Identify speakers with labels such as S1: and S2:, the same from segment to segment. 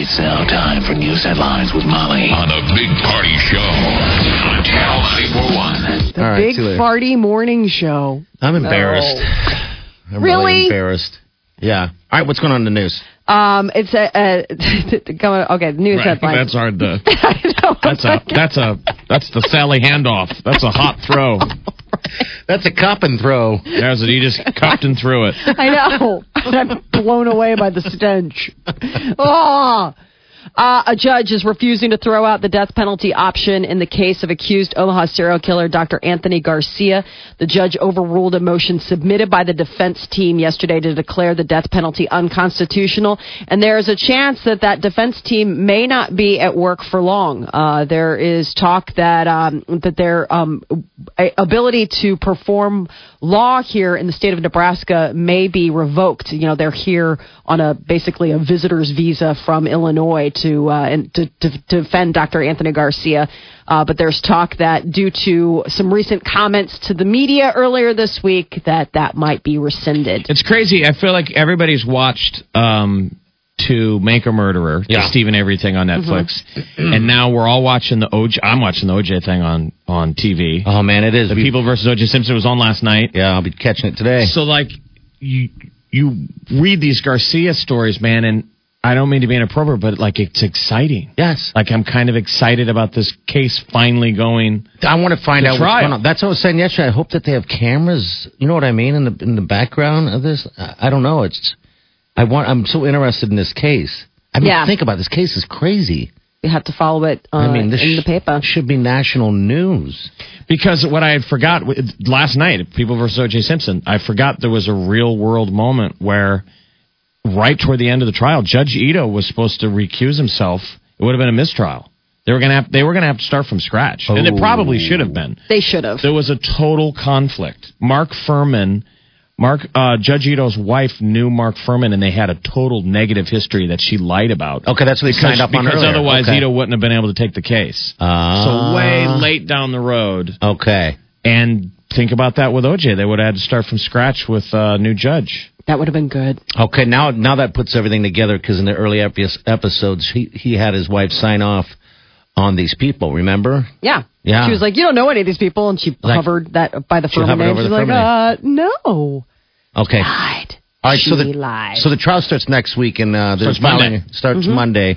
S1: It's now time for news headlines with Molly on the Big Party Show on Channel 941.
S2: The
S3: All right,
S2: big
S3: see you later.
S2: farty morning show.
S3: I'm embarrassed. I'm really?
S2: Really?
S3: embarrassed. Yeah. All right, what's going on in the news?
S2: Um, it's a, a go on- okay. News headline.
S4: That's hard to.
S2: I know.
S4: That's a. That's a. That's the Sally handoff. That's a hot throw.
S3: That's a cup and throw.
S4: There's it. He just cupped and threw it.
S2: I know. I'm blown away by the stench. Oh. Uh, a judge is refusing to throw out the death penalty option in the case of accused Omaha serial killer Dr. Anthony Garcia. The judge overruled a motion submitted by the defense team yesterday to declare the death penalty unconstitutional. And there is a chance that that defense team may not be at work for long. Uh, there is talk that um, that their um, a- ability to perform law here in the state of Nebraska may be revoked. You know, they're here on a basically a visitor's visa from Illinois to uh, and to, to, to defend Dr. Anthony Garcia. Uh, but there's talk that due to some recent comments to the media earlier this week, that that might be rescinded.
S4: It's crazy. I feel like everybody's watched um, To Make a Murderer, the
S3: Yeah.
S4: Stephen Avery thing on Netflix, and now we're all watching the OJ. I'm watching the OJ thing on on TV.
S3: Oh, man, it is.
S4: the People versus OJ Simpson was on last night.
S3: yeah, I'll be catching it today.
S4: So like you you read these Garcia stories, man, and I don't mean to be inappropriate, but like it's exciting.
S3: yes.
S4: Like I'm kind of excited about this case finally going.
S3: I want to find
S4: The
S3: out
S4: trial.
S3: what's going on. That's what I was saying yesterday. I hope that they have cameras. You know what I mean in the in the background of this. I, I don't know. It's I want. I'm so interested in this case. I mean,
S2: Yeah.
S3: think about it. this case is crazy.
S2: You have to follow it uh,
S3: I mean, this
S2: in the
S3: sh-
S2: paper.
S3: should be national news.
S4: Because what I had forgot w- last night, People versus O.J. Simpson, I forgot there was a real world moment where, right toward the end of the trial, Judge Ito was supposed to recuse himself. It would have been a mistrial. They were gonna have they were gonna have to start from scratch, and it probably should have been.
S2: They should have.
S4: There was a total conflict. Mark Furman, Mark uh, Judge Ito's wife knew Mark Furman, and they had a total negative history that she lied about.
S3: Okay, that's what they
S4: Because,
S3: signed up on
S4: because
S3: earlier.
S4: otherwise,
S3: okay.
S4: Ito wouldn't have been able to take the case.
S3: Ah.
S4: so way late down the road,
S3: Okay.
S4: and think about that with OJ. They would have had to start from scratch with a new judge.
S2: That would have been good.
S3: Okay, now now that puts everything together because in the early epi- episodes, he he had his wife sign off on these people. Remember?
S2: Yeah.
S3: Yeah.
S2: She was like, you don't know any of these people, and she hovered that by the
S3: She
S2: Furman
S3: hovered
S2: name.
S3: over
S2: She's
S3: the
S2: like, uh, no.
S3: Okay.
S2: Lied.
S3: All right.
S2: Ah, she
S3: so the
S2: lied.
S3: so the trial starts next week, and uh, there's
S4: Starts Monday. Mm-hmm.
S3: filing starts Monday,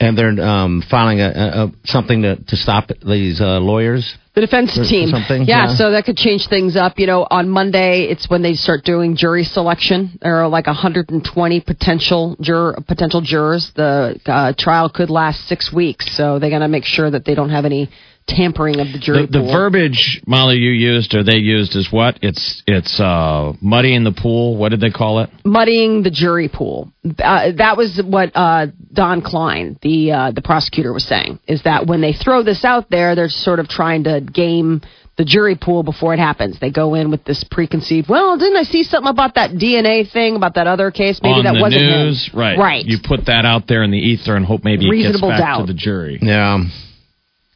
S3: and they're um, filing a, a, a something to to stop these uh, lawyers.
S2: The defense
S3: Or
S2: team.
S3: something,
S2: Yeah,
S3: yeah.
S2: so that could change things up. You know, on Monday, it's when they start doing jury selection. There are like 120 potential juror, potential jurors. The uh, trial could last six weeks, so they're going to make sure that they don't have any tampering of the jury
S4: The, the
S2: pool.
S4: verbiage Molly you used or they used is what? It's it's uh, muddy in the pool. What did they call it?
S2: muddying the jury pool. Uh, that was what uh, Don Klein, the uh, the prosecutor, was saying. Is that when they throw this out there, they're sort of trying to game the jury pool before it happens. They go in with this preconceived. Well, didn't I see something about that DNA thing about that other case? Maybe
S4: On
S2: that
S4: the
S2: wasn't him."
S4: news, right?
S2: Right.
S4: You put that out there in the ether and hope maybe
S2: Reasonable
S4: it gets back
S2: doubt.
S4: to the jury.
S3: Yeah.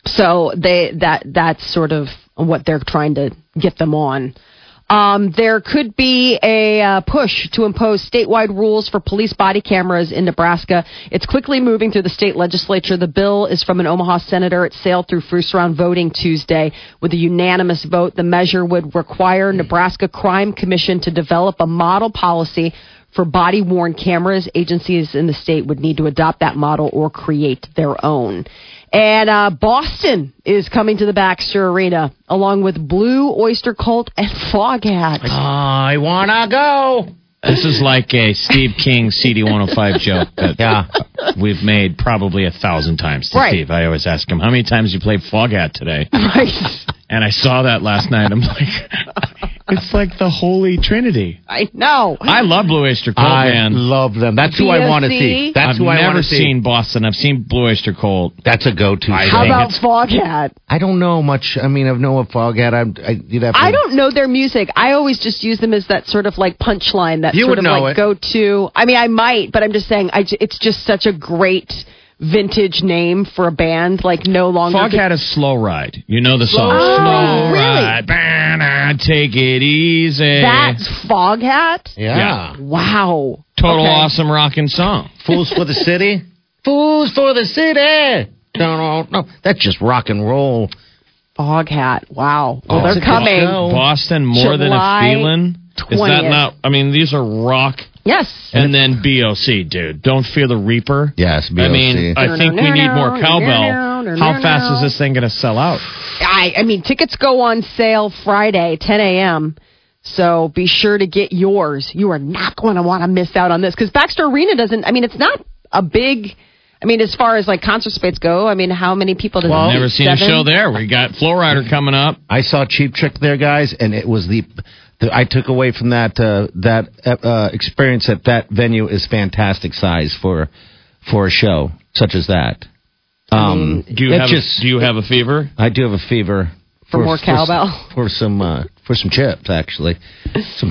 S2: So they that that's sort of what they're trying to get them on. Um, there could be a uh, push to impose statewide rules for police body cameras in Nebraska. It's quickly moving through the state legislature. The bill is from an Omaha senator. It sailed through first round voting Tuesday with a unanimous vote. The measure would require Nebraska Crime Commission to develop a model policy for body worn cameras, agencies in the state would need to adopt that model or create their own. And uh, Boston is coming to the Baxter Arena along with Blue Oyster Cult and Foghat.
S3: I Uh, wanna
S4: Oh,
S3: go.
S4: This is like a Steve King CD 105 joke that
S3: Yeah.
S4: we've made probably a thousand times to
S2: Right.
S4: Steve. I always ask him, how many times you played Foghat today?
S2: Right.
S4: And I saw that last night. I'm like, It's like the Holy Trinity.
S2: I know.
S4: I love Blue Oyster Cult,
S3: I
S4: man.
S3: love them. That's who I want to see.
S2: BSC?
S3: That's
S4: I've
S3: who I want
S4: never
S3: to see.
S4: seen Boston. I've seen Blue Oyster Cult.
S3: That's a go-to.
S2: How
S3: thing.
S2: about
S4: it's-
S2: Foghat?
S3: I don't know much. I mean, I've know a Foghat. I'm. I, you'd have to,
S2: I don't know their music. I always just use them as that sort of like punchline, that
S3: You
S2: sort
S3: would
S2: of
S3: know
S2: like
S3: it.
S2: go to. I mean, I might, but I'm just saying, I, j- it's just such a great vintage name for a band. Like no longer.
S4: Foghat is Slow Ride. You know the song.
S2: Ride. Oh,
S4: Slow
S2: really?
S4: Ride. Bah, nah, take it easy.
S2: That's Foghat.
S3: Yeah.
S2: Wow.
S4: Total
S2: Okay.
S4: awesome rocking song.
S3: Fools for the city. Fools for the city. No, no, no. That's just rock and roll.
S2: Foghat. Wow. Well,
S4: Oh,
S3: That's
S2: they're
S3: a good
S2: coming.
S3: show.
S4: Boston more
S2: Oh. July
S4: than a feeling. Is
S2: 20th.
S4: that not? I mean, these are rock
S2: Yes.
S4: and then BOC, dude. Don't fear the Reaper.
S3: Yes,
S4: I mean,
S3: BOC.
S4: I think we need more cowbell. How fast is this thing going to sell out?
S2: I, I mean, tickets go on sale Friday, 10 a.m. So be sure to get yours. You are not going to want to miss out on this because Baxter Arena doesn't. I mean, it's not a big. I mean, as far as like concert space go, I mean, how many people does it
S4: I've
S2: seat?
S4: never seen a
S2: Oh, Seven?
S4: show there. We got Flow Rider coming up.
S3: I saw Cheap Trick there, guys, and it was the. the I took away from that uh, that uh, experience that that venue is fantastic size for for a show such as that. Um,
S4: Do you
S3: it
S4: have
S3: just-
S4: a, Do you have a fever?
S3: I do have a fever
S2: For more cowbell.
S3: for, some uh, for some chips actually, some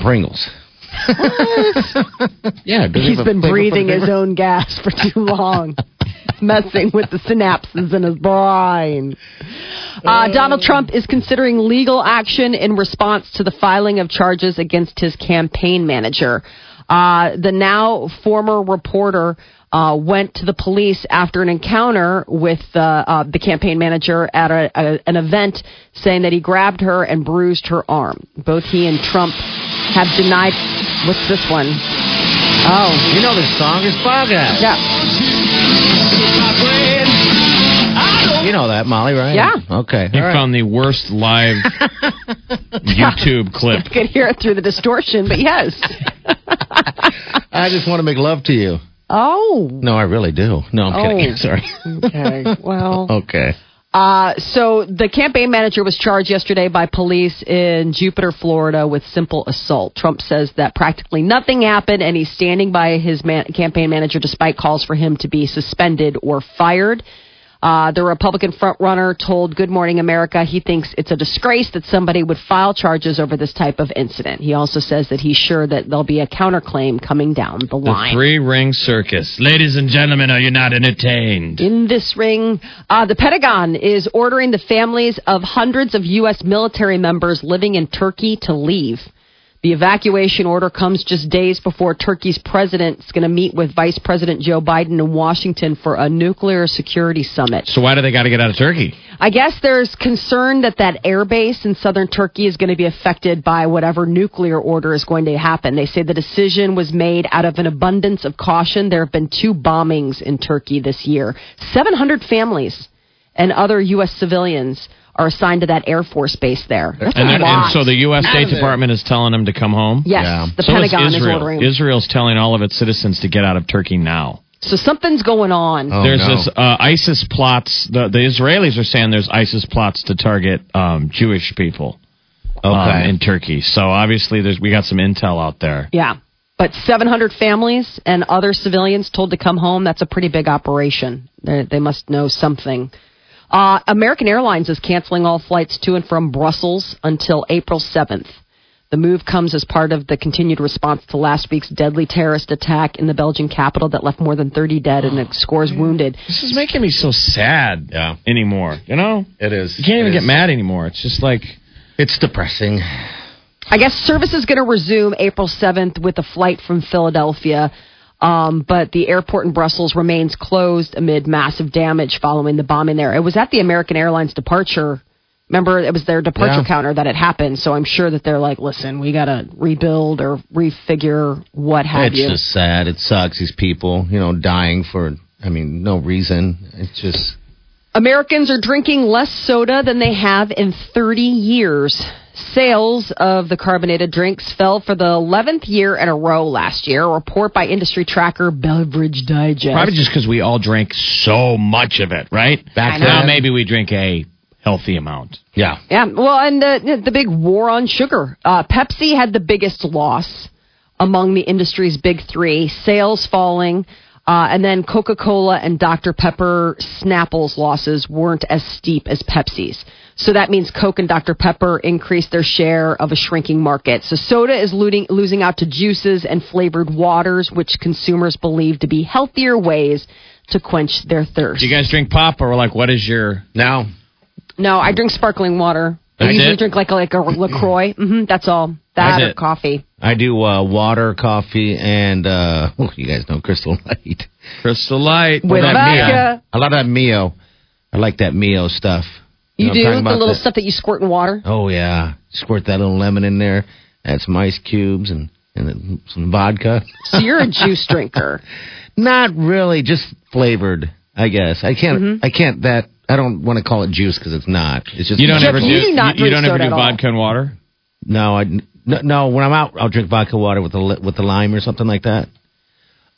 S3: Pringles. yeah, does he
S2: He's
S3: have a
S2: been
S3: flavor for
S2: breathing
S3: the
S2: his
S3: flavor?
S2: own gas for too long. It's messing with the synapses in his brain.
S3: Um,
S2: Uh, Donald Trump is considering legal action in response to the filing of charges against his campaign manager. Uh, the now former reporter uh, went to the police after an encounter with uh, uh, the campaign manager at a, a, an event, saying that he grabbed her and bruised her arm. Both he and Trump have denied. What's this one? Oh.
S3: You know this song is Bogart.
S2: Yeah.
S3: You know that, Molly, right?
S2: Yeah.
S3: Okay.
S4: You
S3: All right.
S4: found the worst live YouTube clip.
S2: I could hear it through the distortion, but yes.
S3: I just want to make love to you.
S2: Oh.
S3: No, I really do. No, I'm
S2: Oh.
S3: kidding. Sorry.
S2: Okay. Well.
S3: okay.
S2: Uh, so the campaign manager was charged yesterday by police in Jupiter, Florida, with simple assault. Trump says that practically nothing happened, and he's standing by his man- campaign manager despite calls for him to be suspended or fired. Uh, the Republican frontrunner told Good Morning America he thinks it's a disgrace that somebody would file charges over this type of incident. He also says that he's sure that there'll be a counterclaim coming down the
S4: The
S2: line.
S4: three ring circus. Ladies and gentlemen, are you not entertained?
S2: in this ring. Uh, the Pentagon is ordering the families of hundreds of U.S. military members living in Turkey to leave. The evacuation order comes just days before Turkey's president is going to meet with Vice President Joe Biden in Washington for a nuclear security summit.
S4: So why do they got to get out of Turkey?
S2: I guess there's concern that that air base in southern Turkey is going to be affected by whatever nuclear order is going to happen. They say the decision was made out of an abundance of caution. There have been two bombings in Turkey this year. 700 families and other U.S. civilians are assigned to that Air Force base there. That's
S4: And,
S2: a
S4: they're-
S2: lot.
S4: and so the U.S. State
S3: there.
S4: Department is telling them to come home.
S2: yes,
S3: Yeah.
S2: the
S4: So
S2: Pentagon
S4: is
S2: is
S4: Israel.
S2: ordering.
S4: Israel's telling all of its citizens to get out of Turkey now.
S2: so something's going on.
S3: Oh,
S4: there's
S3: no.
S4: this uh, ISIS plots. The, the Israelis are saying there's ISIS plots to target um, Jewish people
S3: Okay.
S4: um, in Turkey. So obviously, there's we got some intel out there.
S2: Yeah. But 700 families and other civilians told to come home, that's a pretty big operation. They, they must know something. Uh, American Airlines is canceling all flights to and from Brussels until April 7th. The move comes as part of the continued response to last week's deadly terrorist attack in the Belgian capital that left more than 30 dead and scores wounded.
S4: This is making me so sad
S3: Yeah.
S4: anymore. You know,
S3: it is.
S4: you can't even
S3: It
S4: get
S3: is.
S4: mad anymore. It's just like
S3: It's depressing.
S2: I guess service is going to resume April 7th with a flight from Philadelphia, um, but the airport in Brussels remains closed amid massive damage following the bombing there. It was at the American Airlines departure. Remember, it was their departure
S3: Yeah.
S2: counter that it happened, so I'm sure that they're like, listen, we got to rebuild or refigure what have
S3: it's
S2: you.
S3: just sad. It sucks. These people, you know, dying for, I mean, no reason. It's just.
S2: Americans are drinking less soda than they have in 30 years. Sales of the carbonated drinks fell for the 11th year in a row last year, a report by industry tracker Beverage Digest.
S4: probably just because we all drank so much of it, right?
S3: Back
S4: now,
S3: then.
S4: maybe we drink a healthy amount.
S3: Yeah.
S2: Yeah. Well, and the the big war on sugar. Uh, Pepsi had the biggest loss among the industry's big three. Sales falling, uh, and then Coca Cola and Dr Pepper Snapple's losses weren't as steep as Pepsi's. So that means Coke and Dr Pepper increased their share of a shrinking market. So soda is looting, losing out to juices and flavored waters, which consumers believe to be healthier ways to quench their thirst.
S4: Do you guys drink pop or like what is your
S3: Now,
S2: No, I drink sparkling water. I
S4: That's
S2: usually
S4: it?
S2: drink like like a Lacroix. hmm that's all. That
S4: That's
S2: or
S4: it.
S2: coffee.
S3: I do uh, water, coffee, and uh, oh, you guys know Crystal Light.
S4: Crystal Light?
S2: With
S4: Well, that
S2: vodka.
S4: Mia.
S3: A lot of that Mio. I like that Mio stuff.
S2: You
S3: know, I'm
S2: do
S3: talking
S2: the
S3: about
S2: little
S3: that-
S2: stuff that you squirt in water.
S3: Oh yeah, squirt that little lemon in there. Add some ice cubes and and then some vodka.
S2: So you're a juice drinker.
S3: Not really, just flavored. I guess I can't.
S2: Mm-hmm.
S3: I can't that. I don't want to call it juice because it's not. It's just
S4: You don't
S2: Jeff,
S4: ever do.
S2: you do not
S4: you, you
S2: drink
S4: don't ever
S2: soda
S4: do
S2: at all.
S4: vodka and water.
S3: No, I no, no. When I'm out, I'll drink vodka water with the li- with the lime or something like that.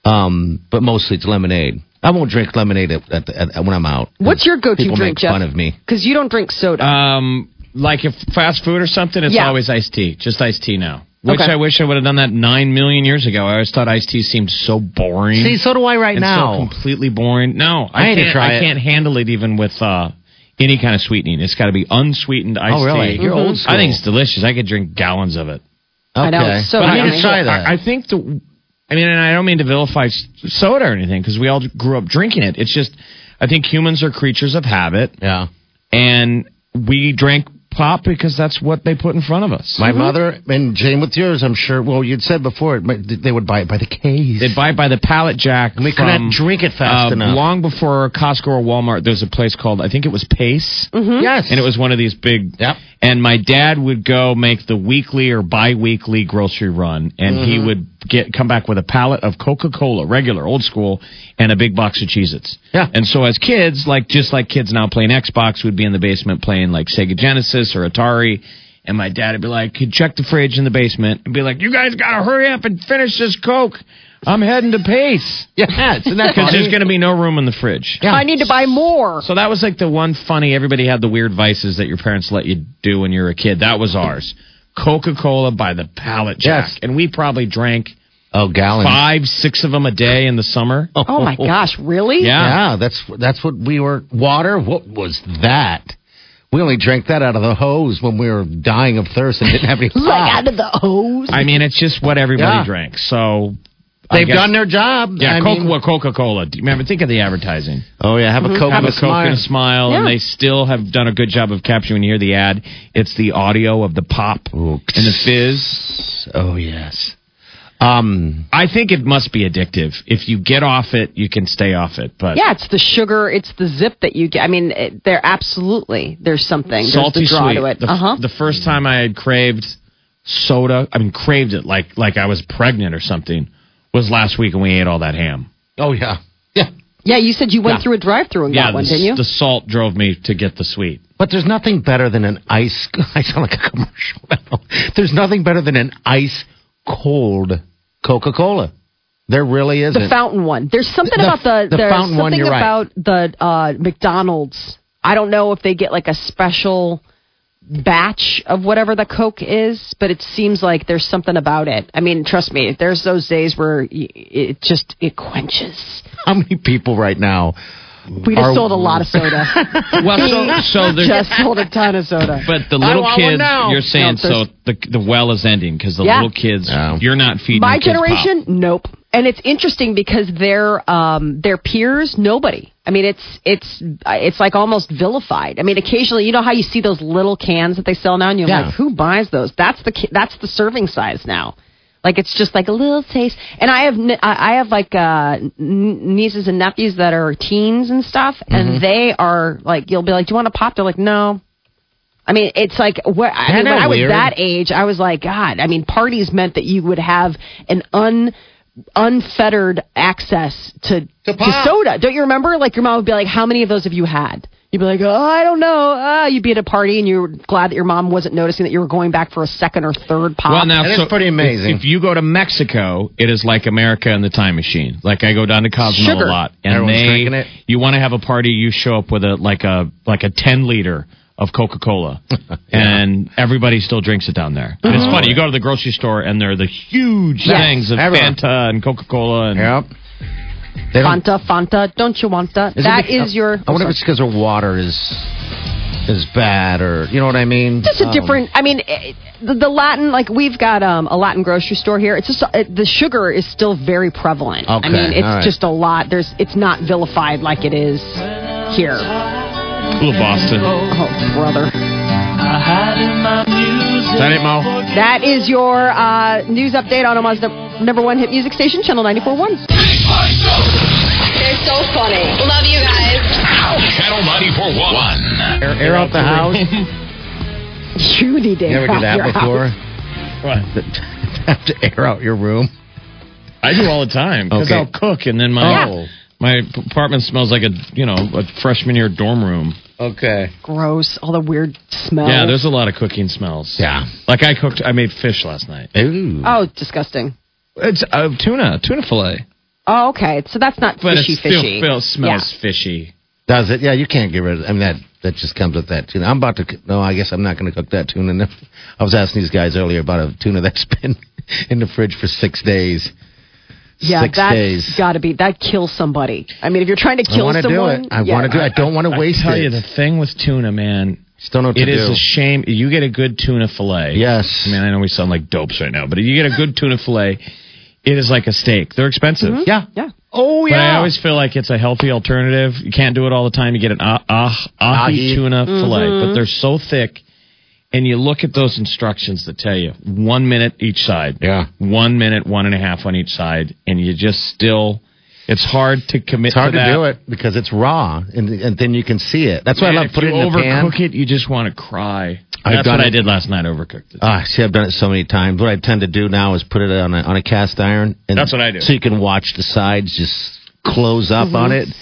S3: Um, but mostly it's lemonade. I won't drink lemonade at, at, at, when I'm out.
S2: What's your go-to
S3: People
S2: drink,
S3: make
S2: Jeff?
S3: fun of me.
S2: Because you don't drink soda.
S4: Um, like if fast food or something, it's
S2: Yeah.
S4: always iced tea. Just iced tea now. Which
S2: Okay.
S4: I wish I would have done that nine million years ago. I always thought iced tea seemed so boring.
S3: See, so do I right
S4: and so
S3: now.
S4: completely boring. No, I,
S3: I had to
S4: can't.
S3: try
S4: I
S3: it.
S4: can't handle it even with uh, any kind of sweetening. It's got to be unsweetened iced
S3: oh, really?
S4: tea.
S3: You're old school.
S4: I think it's delicious. I could drink gallons of it.
S3: okay.
S2: I know, it's so
S3: But I
S2: yummy.
S3: need to try that.
S4: I, I think the. I mean, and I don't mean to vilify s- soda or anything because we all grew up drinking it. It's just, I think humans are creatures of habit,
S3: yeah.
S4: and we drank pop because that's what they put in front of us.
S3: My mother and Jane with yours, I'm sure. Well, you'd said before it, might- they would buy it by the case.
S4: They'd buy it by the pallet jack.
S3: we
S4: from,
S3: couldn't drink it fast
S4: uh,
S3: enough.
S4: Long before Costco or Walmart, there's a place called I think it was Pace,
S2: Mm-hmm.
S3: Yes,
S4: and it was one of these big.
S3: Yep.
S4: And my dad would go make the weekly or bi-weekly grocery run, and he
S3: Mm-hmm.
S4: would get come back with a pallet of Coca-Cola, regular, old school, and a big box of Cheez-Its.
S3: Yeah.
S4: And so as kids, like just like kids now playing Xbox, we'd be in the basement playing like Sega Genesis or Atari. And my dad would be like, he'd check the fridge in the basement and be like, you guys got to hurry up and finish this Coke. I'm heading to Pace.
S3: yes. Isn't that
S4: Because
S3: funny?
S4: there's going to be no room in the fridge.
S3: yeah.
S2: I need to buy more.
S4: So that was like the one funny. Everybody had the weird vices that your parents let you do when you were a kid. That was ours. Coca Cola by the pallet jack,
S3: Yes.
S4: and we probably drank
S3: oh gallons.
S4: five, six of them a day in the summer.
S2: Oh my gosh, really?
S4: Yeah.
S3: Yeah, that's that's what we were. Water. What was that? We only drank that out of the hose when we were dying of thirst and didn't have any.
S2: Like out of the hose.
S4: I mean, it's just what everybody
S3: Yeah.
S4: drank. So I
S3: They've
S4: guess-
S3: done their job.
S4: Yeah,
S3: I mean-
S4: Coca Cola. Remember, think of the advertising.
S3: oh yeah, have
S2: Mm-hmm.
S3: a coke,
S4: Have
S3: and
S4: a Coke and a
S3: smile.
S4: smile, and
S2: Yeah.
S4: they still have done a good job of capturing. When you hear the ad, it's the audio of the pop
S3: Ooh.
S4: and the fizz.
S3: Oh yes. Um.
S4: I think it must be addictive. If you get off it, you can stay off it. But
S2: Yeah, it's the sugar, it's the zip that you get. I mean, it, there absolutely there's something.
S4: salty
S2: there's the draw
S4: sweet.
S2: to it.
S4: The, f-
S2: Uh huh.
S4: the first time I had craved soda, I mean craved it like like I was pregnant or something, was last week when we ate all that ham.
S3: Oh yeah. Yeah.
S2: Yeah, you said you went through a drive-through and got
S4: the,
S2: one,
S4: s-
S2: didn't you?
S4: the salt drove me to get the sweet.
S3: But there's nothing better than an ice. I sound like a commercial. now. there's nothing better than an ice cold Coca Cola. There really isn't.
S2: The fountain one. There's something
S3: The-
S2: about the,
S3: the
S2: there's
S3: fountain one,
S2: something
S3: you're right.
S2: about the uh, McDonald's. I don't know if they get like a special batch of whatever the Coke is, but it seems like there's something about it. I mean, trust me, there's those days where y- it just it quenches.
S3: How many people right now?
S2: We just
S3: Are-
S2: sold a lot of soda.
S4: Well, so so there's
S2: just sold a ton of soda.
S4: but the
S3: I
S4: little
S3: want one
S4: kids,
S3: now.
S4: you're saying
S2: No, there's-
S4: so the the well is ending because the
S2: Yeah.
S4: little kids,
S3: No.
S4: you're not feeding
S2: My
S4: your kids pop.
S2: generation, nope. And it's interesting because their um, their peers, nobody. I mean, it's it's uh, it's like almost vilified. I mean, occasionally, you know how you see those little cans that they sell now, and you're
S3: Yeah.
S2: like, who buys those? That's the ca- that's the serving size now. Like it's just like a little taste. And I have n- I I have like uh, n- nieces and nephews that are teens and stuff,
S4: Mm-hmm.
S2: and they are like, you'll be like, do you want a pop? They're like, no. I mean, it's like what I, mean,
S3: Isn't
S2: when
S3: that
S2: I was
S3: weird?
S2: that age, I was like, God. I mean, parties meant that you would have an un unfettered access to to, soda. Don't you remember? Like your mom would be like, "How many of those have you had?" You'd be like, "Oh, I don't know." Uh, you'd be at a party and you were glad that your mom wasn't noticing that you were going back for a second or third pop.
S4: Well, now
S3: That is
S4: so
S3: pretty amazing.
S4: If, if you go to Mexico, it is like America and the time machine. Like I go down to Cosmo a
S2: Sugar.
S4: lot, and
S3: Everyone's
S4: they
S3: drinking it.
S4: you want to have a party, you show up with a like a like a ten liter of Coca Cola, and everybody still drinks it down there. And
S3: Oh.
S4: it's funny. You go to the grocery store, and there are the huge
S2: Yes.
S4: things of
S3: Everywhere.
S4: Fanta and Coca Cola, and
S3: Yep. They don't-
S2: Fanta, Fanta, don't you want that?
S3: Is it
S2: That is
S3: be-
S2: your.
S3: I wonder if it's because her water is is bad, or you know what I mean.
S2: just a
S3: Um,
S2: different. I mean, it, the, the Latin like we've got um, a Latin grocery store here. It's just it, the sugar is still very prevalent. I
S3: Okay,
S2: mean, it's
S3: all right.
S2: just a lot. There's it's not vilified like it is here.
S4: Little Boston.
S2: Oh, brother.
S4: Is that it, Mo?
S2: That is your uh, news update on Omaha's num- number one hit music station, Channel 94.1.
S5: They're so funny. Love you guys.
S1: Channel 941.
S3: air, air out the house.
S2: Judy did.
S3: You ever do that
S2: your
S3: before?
S2: house.
S3: Have to air out your room.
S4: I do all the time because
S3: Okay.
S4: I'll cook, and then my
S3: Oh.
S4: my apartment smells like a you know a freshman year dorm room.
S3: Okay.
S2: Gross. All the weird smells.
S4: Yeah, there's a lot of cooking smells.
S3: Oh. Yeah.
S4: like I cooked. I made fish last night.
S3: Ooh.
S2: Oh, disgusting.
S4: It's uh, tuna, tuna fillet,
S2: Oh, okay. So that's not
S4: but
S2: fishy,
S4: it still
S2: fishy.
S4: feel- smells fishy.
S3: Does it? Yeah, you can't get rid of. I mean, that that just comes with that tuna. I'm about to. c- No, I guess I'm not going to cook that tuna. No. I was asking these guys earlier about a tuna that's been in the fridge for six days.
S2: Yeah,
S3: six
S2: that's
S3: days.
S2: got to be that kills somebody. I mean, if you're trying to
S3: I
S2: kill
S3: want to do
S2: someone,
S3: it. I want to do. it. I don't want to waste
S4: I tell
S3: it.
S4: you the thing with tuna, man.
S3: Just don't know what
S4: It
S3: to
S4: is
S3: do.
S4: a shame. You get a good tuna fillet.
S3: Yes.
S4: I mean, I know we sound like dopes right now, but you get a good tuna fillet, it is like a steak. They're expensive.
S2: Mm-hmm.
S3: yeah.
S2: Yeah.
S3: Oh
S4: But I always feel like it's a healthy alternative. You can't do it all the time. You get an ah ah ahi
S3: Ahi.
S4: tuna fillet, but they're so thick. And you look at those instructions that tell you one minute each side.
S3: Yeah.
S4: One minute, one and a half on each side. And you just still, it's hard to commit
S3: It's hard to
S4: that.
S3: do it because it's raw, and and then you can see it. That's why I
S4: Man,
S3: love
S4: if
S3: putting
S4: you
S3: it in the pan.
S4: overcook it, you just want to cry.
S3: I've
S4: That's
S3: done
S4: what I
S3: it.
S4: did last night. Overcooked it.
S3: Ah, see, I've done it so many times. What I tend to do now is put it on a, on a cast iron. And
S4: That's what I do.
S3: So you can watch the sides just close up on
S4: Mm-hmm.
S3: it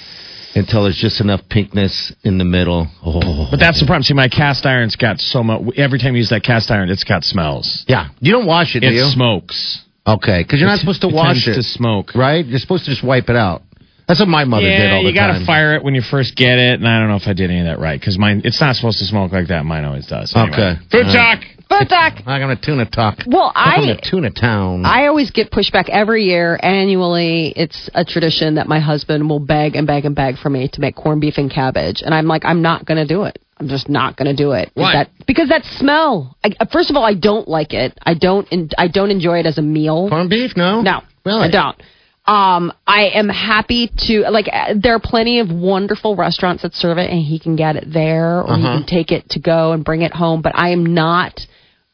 S3: until there's just enough pinkness in the middle. Oh,
S4: but that's the problem. See, my cast iron's got so much. Every time you use that cast iron, it's got smells.
S3: yeah. You don't wash it, do
S4: It
S3: you?
S4: smokes.
S3: okay, because you're not supposed to
S4: it
S3: wash
S4: tends
S3: it,
S4: to smoke.
S3: right? You're supposed to just wipe it out. That's what my mother did
S4: Yeah,
S3: all the
S4: you got
S3: time.
S4: to fire it when you first get it, and I don't know if I did any of that right because mine. It's not supposed to smoke like that. Mine always does. Anyway.
S3: Okay.
S4: Food
S3: All
S4: talk.
S3: right.
S2: But Doc,
S3: I'm gonna tuna talk.
S2: Well, I-
S3: Welcome to tuna town.
S2: I always get pushback every year. Annually, it's a tradition that my husband will beg and beg and beg for me to make corned beef and cabbage, and I'm like, I'm not going to do it. I'm just not going to do it. Is
S4: Why?
S2: That, because that smell. I, first of all, I don't like it. I don't. En- I don't enjoy it as a meal.
S3: corned beef? No.
S2: No,
S3: Really?
S2: I don't. Um, I am happy to like. uh, There are plenty of wonderful restaurants that serve it, and he can get it there, or he
S3: Uh-huh.
S2: can take it to go and bring it home. But I am not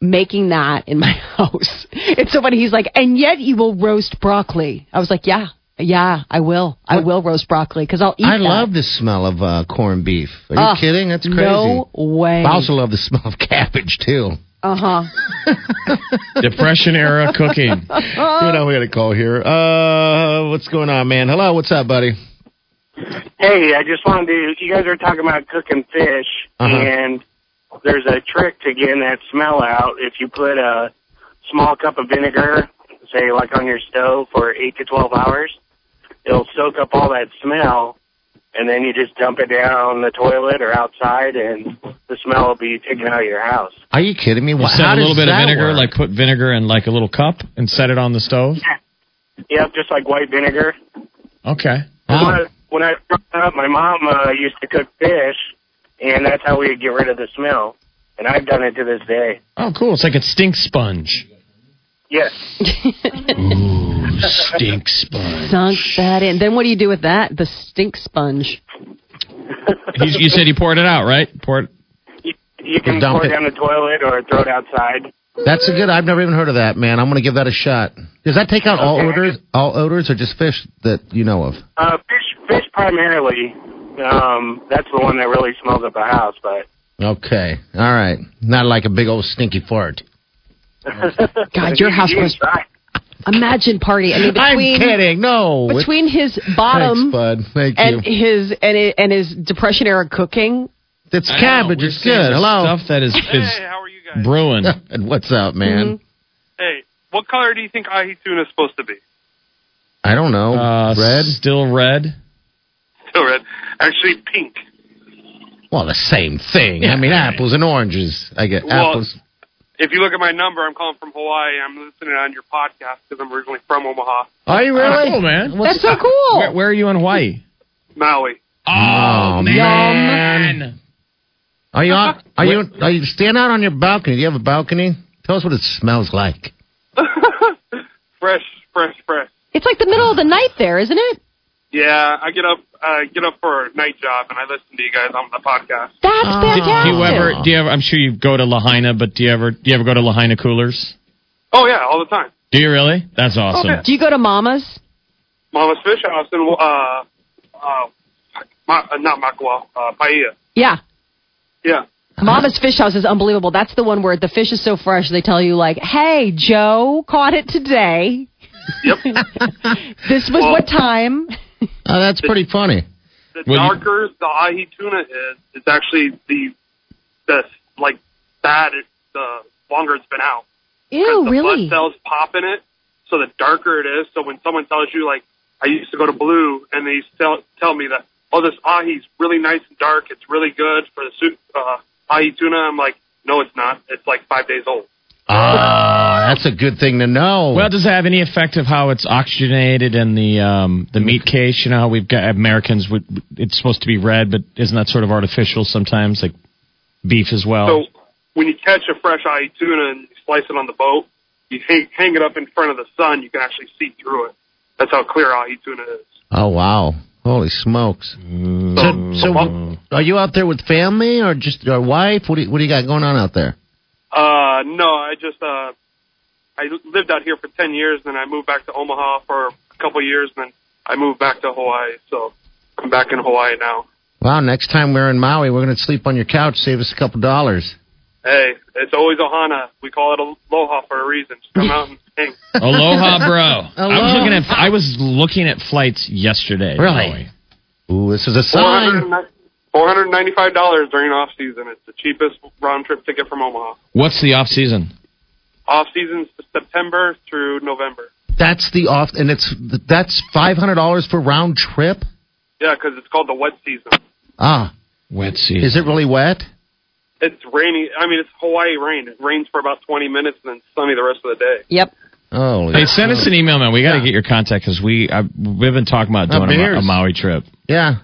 S2: making that in my house. It's so funny. He's like, and yet you will roast broccoli. I was like, yeah, yeah, I will. I will roast broccoli because I'll eat.
S3: I
S2: that.
S3: love the smell of uh, corned beef. Are you
S2: Ugh,
S3: kidding? That's crazy.
S2: No way.
S3: I also love the smell of cabbage too.
S2: Uh huh.
S4: Depression era cooking.
S2: Oh.
S3: You know, we had a call here. Uh, what's going on, man? Hello, what's up, buddy?
S6: Hey, I just wanted to. You guys are talking about cooking fish,
S3: Uh-huh.
S6: and there's a trick to getting that smell out. If you put a small cup of vinegar, say like on your stove for eight to twelve hours, it'll soak up all that smell, and then you just dump it down the toilet or outside, and the smell will be taken out of your house.
S3: Are you kidding me? Wha-
S4: Set
S3: how
S4: a little
S3: does
S4: bit of
S3: that
S4: vinegar,
S3: work?
S4: like put vinegar in like a little cup and set it on the stove.
S6: Yep, just like white vinegar.
S4: Okay. Oh.
S6: When I- When I was growing up, my mom uh, used to cook fish, and that's how we would get rid of the smell. And I've done it to this day.
S4: Oh, cool. It's like a stink sponge.
S6: Yes.
S4: Stink sponge.
S2: Dunk that in. Then what do you do with that? The stink sponge.
S4: He's, you said you poured it out, right? Pour it.
S6: You, you can
S3: Dump
S6: pour
S3: it.
S6: it down the toilet or throw it outside.
S3: That's a good. I've never even heard of that, man. I'm going to give that a shot. Does that take out all
S6: Okay.
S3: odors? All odors, or just fish that you know of?
S6: Uh, fish, fish primarily. Um, that's the one that really smells up the house. But
S3: Okay, all right. Not like a big old stinky fart.
S2: God, your house
S6: you can
S2: was.
S6: try.
S2: Imagine party. I mean,
S3: I'm
S2: between
S3: kidding. No. It-
S2: between his
S3: Thanks,
S2: bottom
S3: bud. Thank
S2: and
S3: you.
S2: his and it, and his depression era cooking.
S3: It's cabbage.
S4: We're
S3: It's
S4: seeing
S3: good.
S4: the
S3: Hello.
S4: Stuff that is,
S7: Hey,
S4: is
S7: how are you guys?
S4: brewing.
S3: And what's up, man?
S2: Mm-hmm.
S7: hey, what color do you think ahi tuna is supposed to be?
S3: I don't know.
S4: Uh,
S3: Red.
S4: Still red.
S7: Still red. Actually, pink.
S3: Well, the same thing. I mean, apples and oranges. I get
S7: Well,
S3: apples.
S7: If you look at my number, I'm calling from Hawaii. I'm listening on your podcast because I'm originally from Omaha,
S3: Are you Oh, really?
S4: Cool, Oh, man.
S2: That's so cool.
S4: Where, where are you in Hawaii?
S7: Maui.
S3: Oh, man. Are you on, are you are you stand out on your balcony? Do you have a balcony? Tell us what it smells like.
S7: Fresh, fresh, fresh.
S2: It's like the middle of the night there, isn't it?
S7: Yeah, I get up, I get up for a night job, and I listen to you guys on the podcast.
S2: That's fantastic.
S4: Do you ever? Do you ever? I'm sure you go to Lahaina, but do you ever? Do you ever go to Lahaina Coolers?
S7: Oh yeah, all the time.
S4: Do you really? That's awesome.
S2: Do you go to Mama's?
S7: Mama's Fish House in uh, uh, Ma- uh, not Makawao, uh, Paia.
S2: Yeah.
S7: Yeah.
S2: Mama's Fish House is unbelievable. That's the one where the fish is so fresh they tell you like, "Hey, Joe caught it today.
S7: Yep.
S2: This was
S7: Well-
S2: what time."
S3: Oh, that's pretty funny.
S7: the
S4: Well, you-
S7: darker the ahi tuna is, it's actually the the like bad it- the longer it's been out. 'Cause
S2: Ew,
S7: the
S2: really?
S7: blood cells pop in it, so the darker it is. So when someone tells you like, I used to go to Blue, and they tell tell me that oh this ahi's really nice and dark, it's really good for the soup uh, ahi tuna. I'm like, no, it's not. It's like five days old.
S3: Ah, that's a good thing to know.
S4: Well, does it have any effect of how it's oxygenated and the um, the meat case? You know how we've got Americans would it's supposed to be red, but isn't that sort of artificial sometimes? Like beef as well.
S7: So when you catch a fresh ahi tuna and you slice it on the boat, you hang, hang it up in front of the sun. You can actually see through it. That's how clear ahi tuna is.
S3: oh wow, holy smokes! So, so
S7: Mm.
S3: are you out there with family or just your wife? What do you, what do you got going on out there?
S7: Uh, no, I just uh, I lived out here for ten years, then I moved back to Omaha for a couple years, then I moved back to Hawaii. So I'm back in Hawaii now.
S3: Wow, next time we're in Maui, we're gonna sleep on your couch. Save us a couple dollars.
S7: Hey, it's always Ohana. We call it Aloha for a reason. Just come out and hang.
S4: Aloha, bro. I was
S3: Aloha.
S4: looking at I was looking at flights yesterday.
S3: Really?
S4: Joey.
S3: Ooh, this is a sign.
S7: Four hundred ninety-five dollars during off season. It's the cheapest round trip ticket from Omaha.
S4: What's the off season?
S7: Off season's September through November.
S3: That's the off, and it's that's five hundred dollars for round trip.
S7: Yeah, 'cause it's called the wet season.
S3: Ah,
S4: Wet season.
S3: is it really wet?
S7: It's rainy. I mean, it's Hawaii rain. It rains for about twenty minutes and then sunny the rest of the day.
S2: yep.
S3: Oh,
S4: Hey, send us an email, man. We got to get your contact because we I, we've been talking about doing a, Ma-
S3: beers.
S4: a Maui trip.
S3: yeah.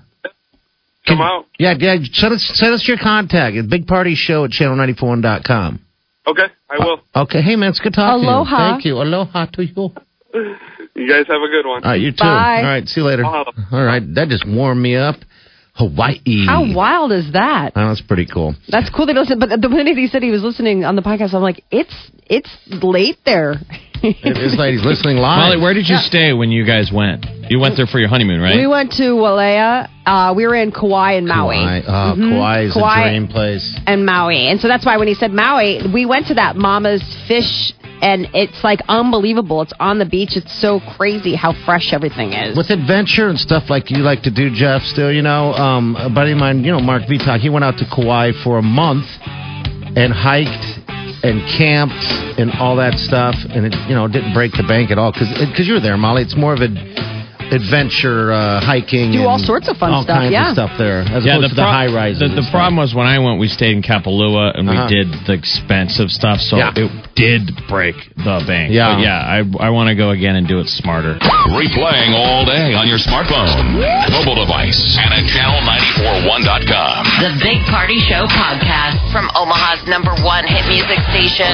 S7: Come out.
S3: Yeah, yeah. Send us, send us your contact at Big Party Show at channel941.com.
S7: Okay, I will.
S3: Okay, hey man, it's good talking
S2: Aloha.
S3: to you. Thank you. Aloha to you. All
S7: You guys have a good one.
S3: right, you too.
S2: Bye.
S3: All right, see you later.
S7: Aloha.
S3: All right, that just warmed me up. Hawaii.
S2: How wild is that?
S3: Oh, that's pretty cool.
S2: That's cool. They listen, but the minute he said he was listening on the podcast, I'm like, it's it's late there.
S3: This lady's listening live.
S4: Molly, where did you stay when you guys went? You went there for your honeymoon, right?
S2: we went to Walea. Uh, we were in Kauai and Maui. Mm-hmm.
S3: Kauai. Oh, Kauai is
S2: Kauai.
S3: a dream place.
S2: and Maui. And so that's why when he said Maui, we went to that Mama's Fish, and it's like unbelievable. It's on the beach. It's so crazy how fresh everything is.
S3: With adventure and stuff like you like to do, Jeff, still, you know, um, a buddy of mine, you know, Mark Vitok, he went out to Kauai for a month and hiked and camped and all that stuff. And it, you know, didn't break the bank at all because you were there, Molly. It's more of an adventure uh, hiking.
S2: Do
S3: and
S2: all sorts of fun
S3: all
S2: stuff,
S3: kinds
S2: yeah.
S3: of stuff there, as
S4: Yeah, the,
S3: opposed to the
S4: pro-
S3: high rises.
S4: The,
S3: and
S4: the
S3: stuff.
S4: problem was when I went, we stayed in Kapalua and
S3: Uh-huh.
S4: we did the expensive stuff, so
S3: Yeah.
S4: it did break the bank.
S3: Yeah.
S4: But yeah. I I want to go again and do it smarter.
S1: Replaying all day on your smartphone, mobile device, and at channel941.com.
S8: The Big Party Show podcast from Omaha's number one hit music station.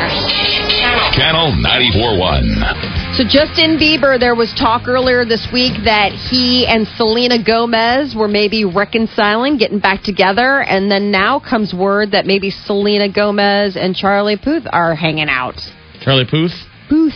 S8: Channel
S1: Channel 941.
S2: So Justin Bieber, there was talk earlier this week that he and Selena Gomez were maybe reconciling, getting back together, and then now comes word that maybe Selena Gomez and Charlie Puth are hanging out.
S4: Charlie Puth?
S2: Booth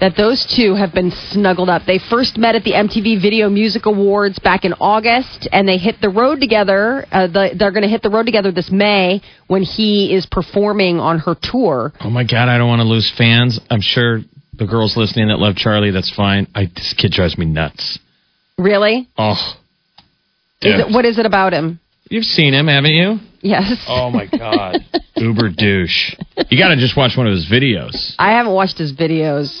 S2: that those two have been snuggled up. They first met at the MTV Video Music Awards back in August, and they hit the road together. Uh, the, they're going to hit the road together this May when he is performing on her tour.
S4: Oh my God, I don't want to lose fans. I'm sure the girls listening that love Charlie, that's fine. I This kid drives me nuts.
S2: Really?
S4: Oh.
S2: Is
S4: Dude.
S2: it, what is it about him?
S4: You've seen him, haven't you?
S2: Yes.
S4: Oh my God. Uber douche. You got to just watch one of his videos.
S2: I haven't watched his videos,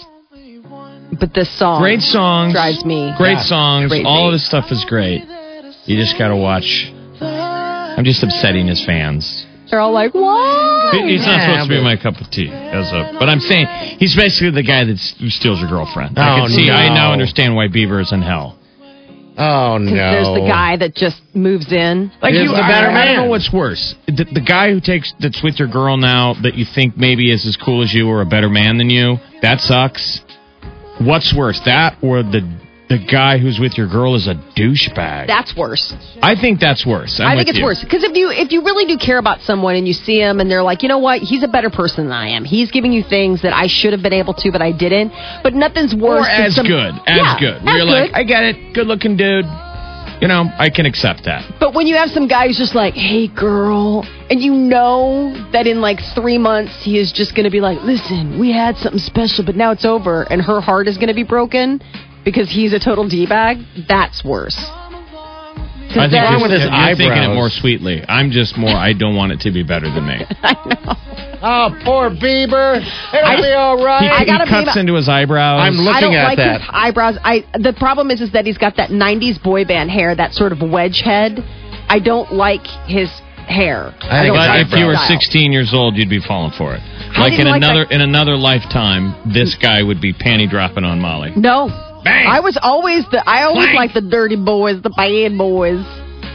S2: but this song
S4: Great songs.
S2: drives me.
S4: Great songs.
S2: Great
S4: All of
S2: beat.
S4: this stuff is great. You just got to watch I'm just upsetting his fans.
S2: They're all like, why?
S3: Oh,
S4: He- He's not supposed to be my cup of tea, as a, but I'm saying he's basically the guy that s- who steals your girlfriend. I
S3: Oh,
S4: can see. I
S3: no.
S4: now understand why Bieber is in hell.
S3: Oh no!
S2: There's the guy that just moves in.
S4: Like
S3: He's
S4: you,
S3: the
S4: I-
S3: better
S4: I, I
S3: man.
S4: don't know what's worse: the, the guy who takes that's with your girl now that you think maybe is as cool as you or a better man than you. That sucks. What's worse, that or the the guy who's with your girl is a douchebag?
S2: That's worse.
S4: I think that's worse. I'm
S2: i
S4: with
S2: think it's
S4: you.
S2: worse because if you if you really do care about someone and you see him and they're like, you know what, he's a better person than I am. He's giving you things that I should have been able to, but I didn't. But nothing's
S4: Or
S2: worse. than
S4: as
S2: some-
S4: good, as
S2: Yeah,
S4: good.
S2: as
S4: Where you're like,
S2: good.
S4: I get it, good looking dude. You know, I can accept that.
S2: But when you have some guy who's just like, hey, girl, and you know that in like three months he is just going to be like, listen, we had something special, but now it's over, and her heart is going to be broken because he's a total d bag. That's worse.
S4: I think
S2: that-
S4: you're-
S3: with his
S4: you're thinking it
S3: eyebrows?
S4: more sweetly. I'm just more. I don't want it to be better than me.
S3: Oh, poor Bieber. It'll
S2: just-
S3: be all
S4: He,
S3: right.
S2: I
S4: he
S2: gotta be
S4: cuts
S2: the-
S4: into his eyebrows.
S3: I'm looking
S2: I don't
S3: at
S2: like
S3: that.
S2: his eyebrows. I the problem is is that he's got that '90s boy band hair, that sort of wedge head. I don't like his hair.
S3: I think
S2: don't
S3: his
S4: But
S2: like
S4: if you
S2: his
S4: were
S2: style.
S4: 16 years old, you'd be falling for it. Like in
S2: didn't like
S4: another in another lifetime, this guy would be panty dropping on Molly.
S2: No.
S4: Bang.
S2: I was always the I always
S4: Bang.
S2: liked the dirty boys, the bad boys.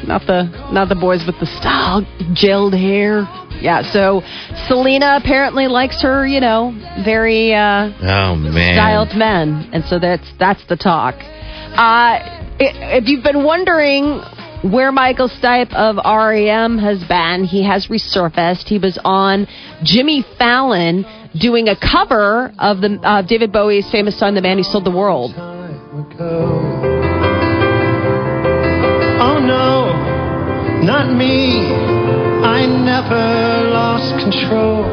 S2: Not the not the boys with the style gelled hair. Yeah, so Selena apparently likes her, you know, very uh
S3: Oh man.
S2: styled men, and so that's that's the talk. Uh, i- if you've been wondering where Michael Stipe of REM has been, he has resurfaced. He was on Jimmy Fallon doing a cover of the uh, David Bowie's famous song "The Man Who Sold the World."
S9: Oh no, not me. I never lost control.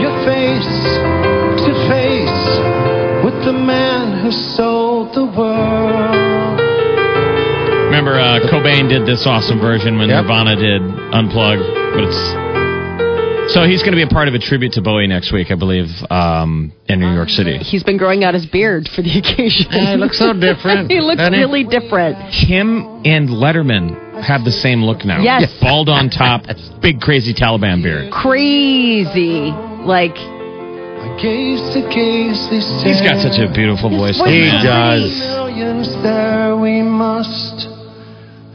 S9: You're face to face with the man who sold the world.
S4: Remember, uh, Cobain did this awesome version when
S3: Yep.
S4: Nirvana did Unplugged, but it's. So he's going to be a part of a tribute to Bowie next week, I believe, um, in New York City.
S2: He's been growing out his beard for the occasion.
S3: Yeah, he looks so different,
S2: he looks
S3: doesn't he?
S2: really different.
S4: Him and Letterman have the same look now.
S2: Yes.
S4: Bald on top, big crazy Taliban beard.
S2: Crazy, like
S9: Gaze to gaze, they say.
S4: He's got such a beautiful voice.
S2: voice
S4: though,
S3: He
S2: is
S4: man.
S2: great.
S3: does.
S9: Millions there we must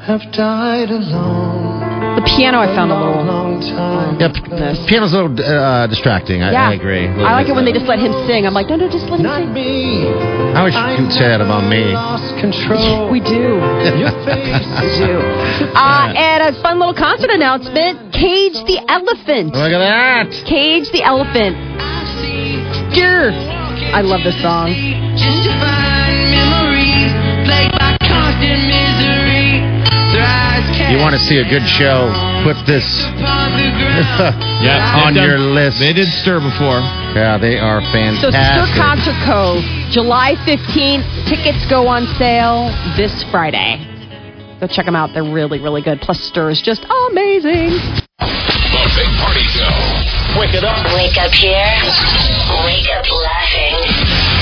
S9: have died alone.
S2: the piano. I found a
S9: A
S2: little.
S9: long time.
S3: Yep. Piano's a little uh, distracting. I, I agree.
S2: I like it when they just let him sing. I'm like, no, no, just let him
S9: Not
S2: sing.
S9: me.
S3: I wish you could say that about me.
S9: Lost control.
S2: We do.
S9: Your face.
S2: do. Uh, and a fun little concert announcement Cage the Elephant.
S3: Look at that.
S2: Cage the Elephant. Sure. I love this song.
S3: You want to see a good show? Put this.
S4: Yeah,
S3: on
S4: they've
S3: your list.
S4: They did stir before.
S3: Yeah, they are
S2: So, Sir
S3: fantastic.
S2: Concert Co., July 15th. Tickets go on sale this Friday. Go check them out. They're really, really good. Plus, Stir is just amazing.
S1: The Big Party Show. Wake it up.
S8: Wake up here. Wake up laughing.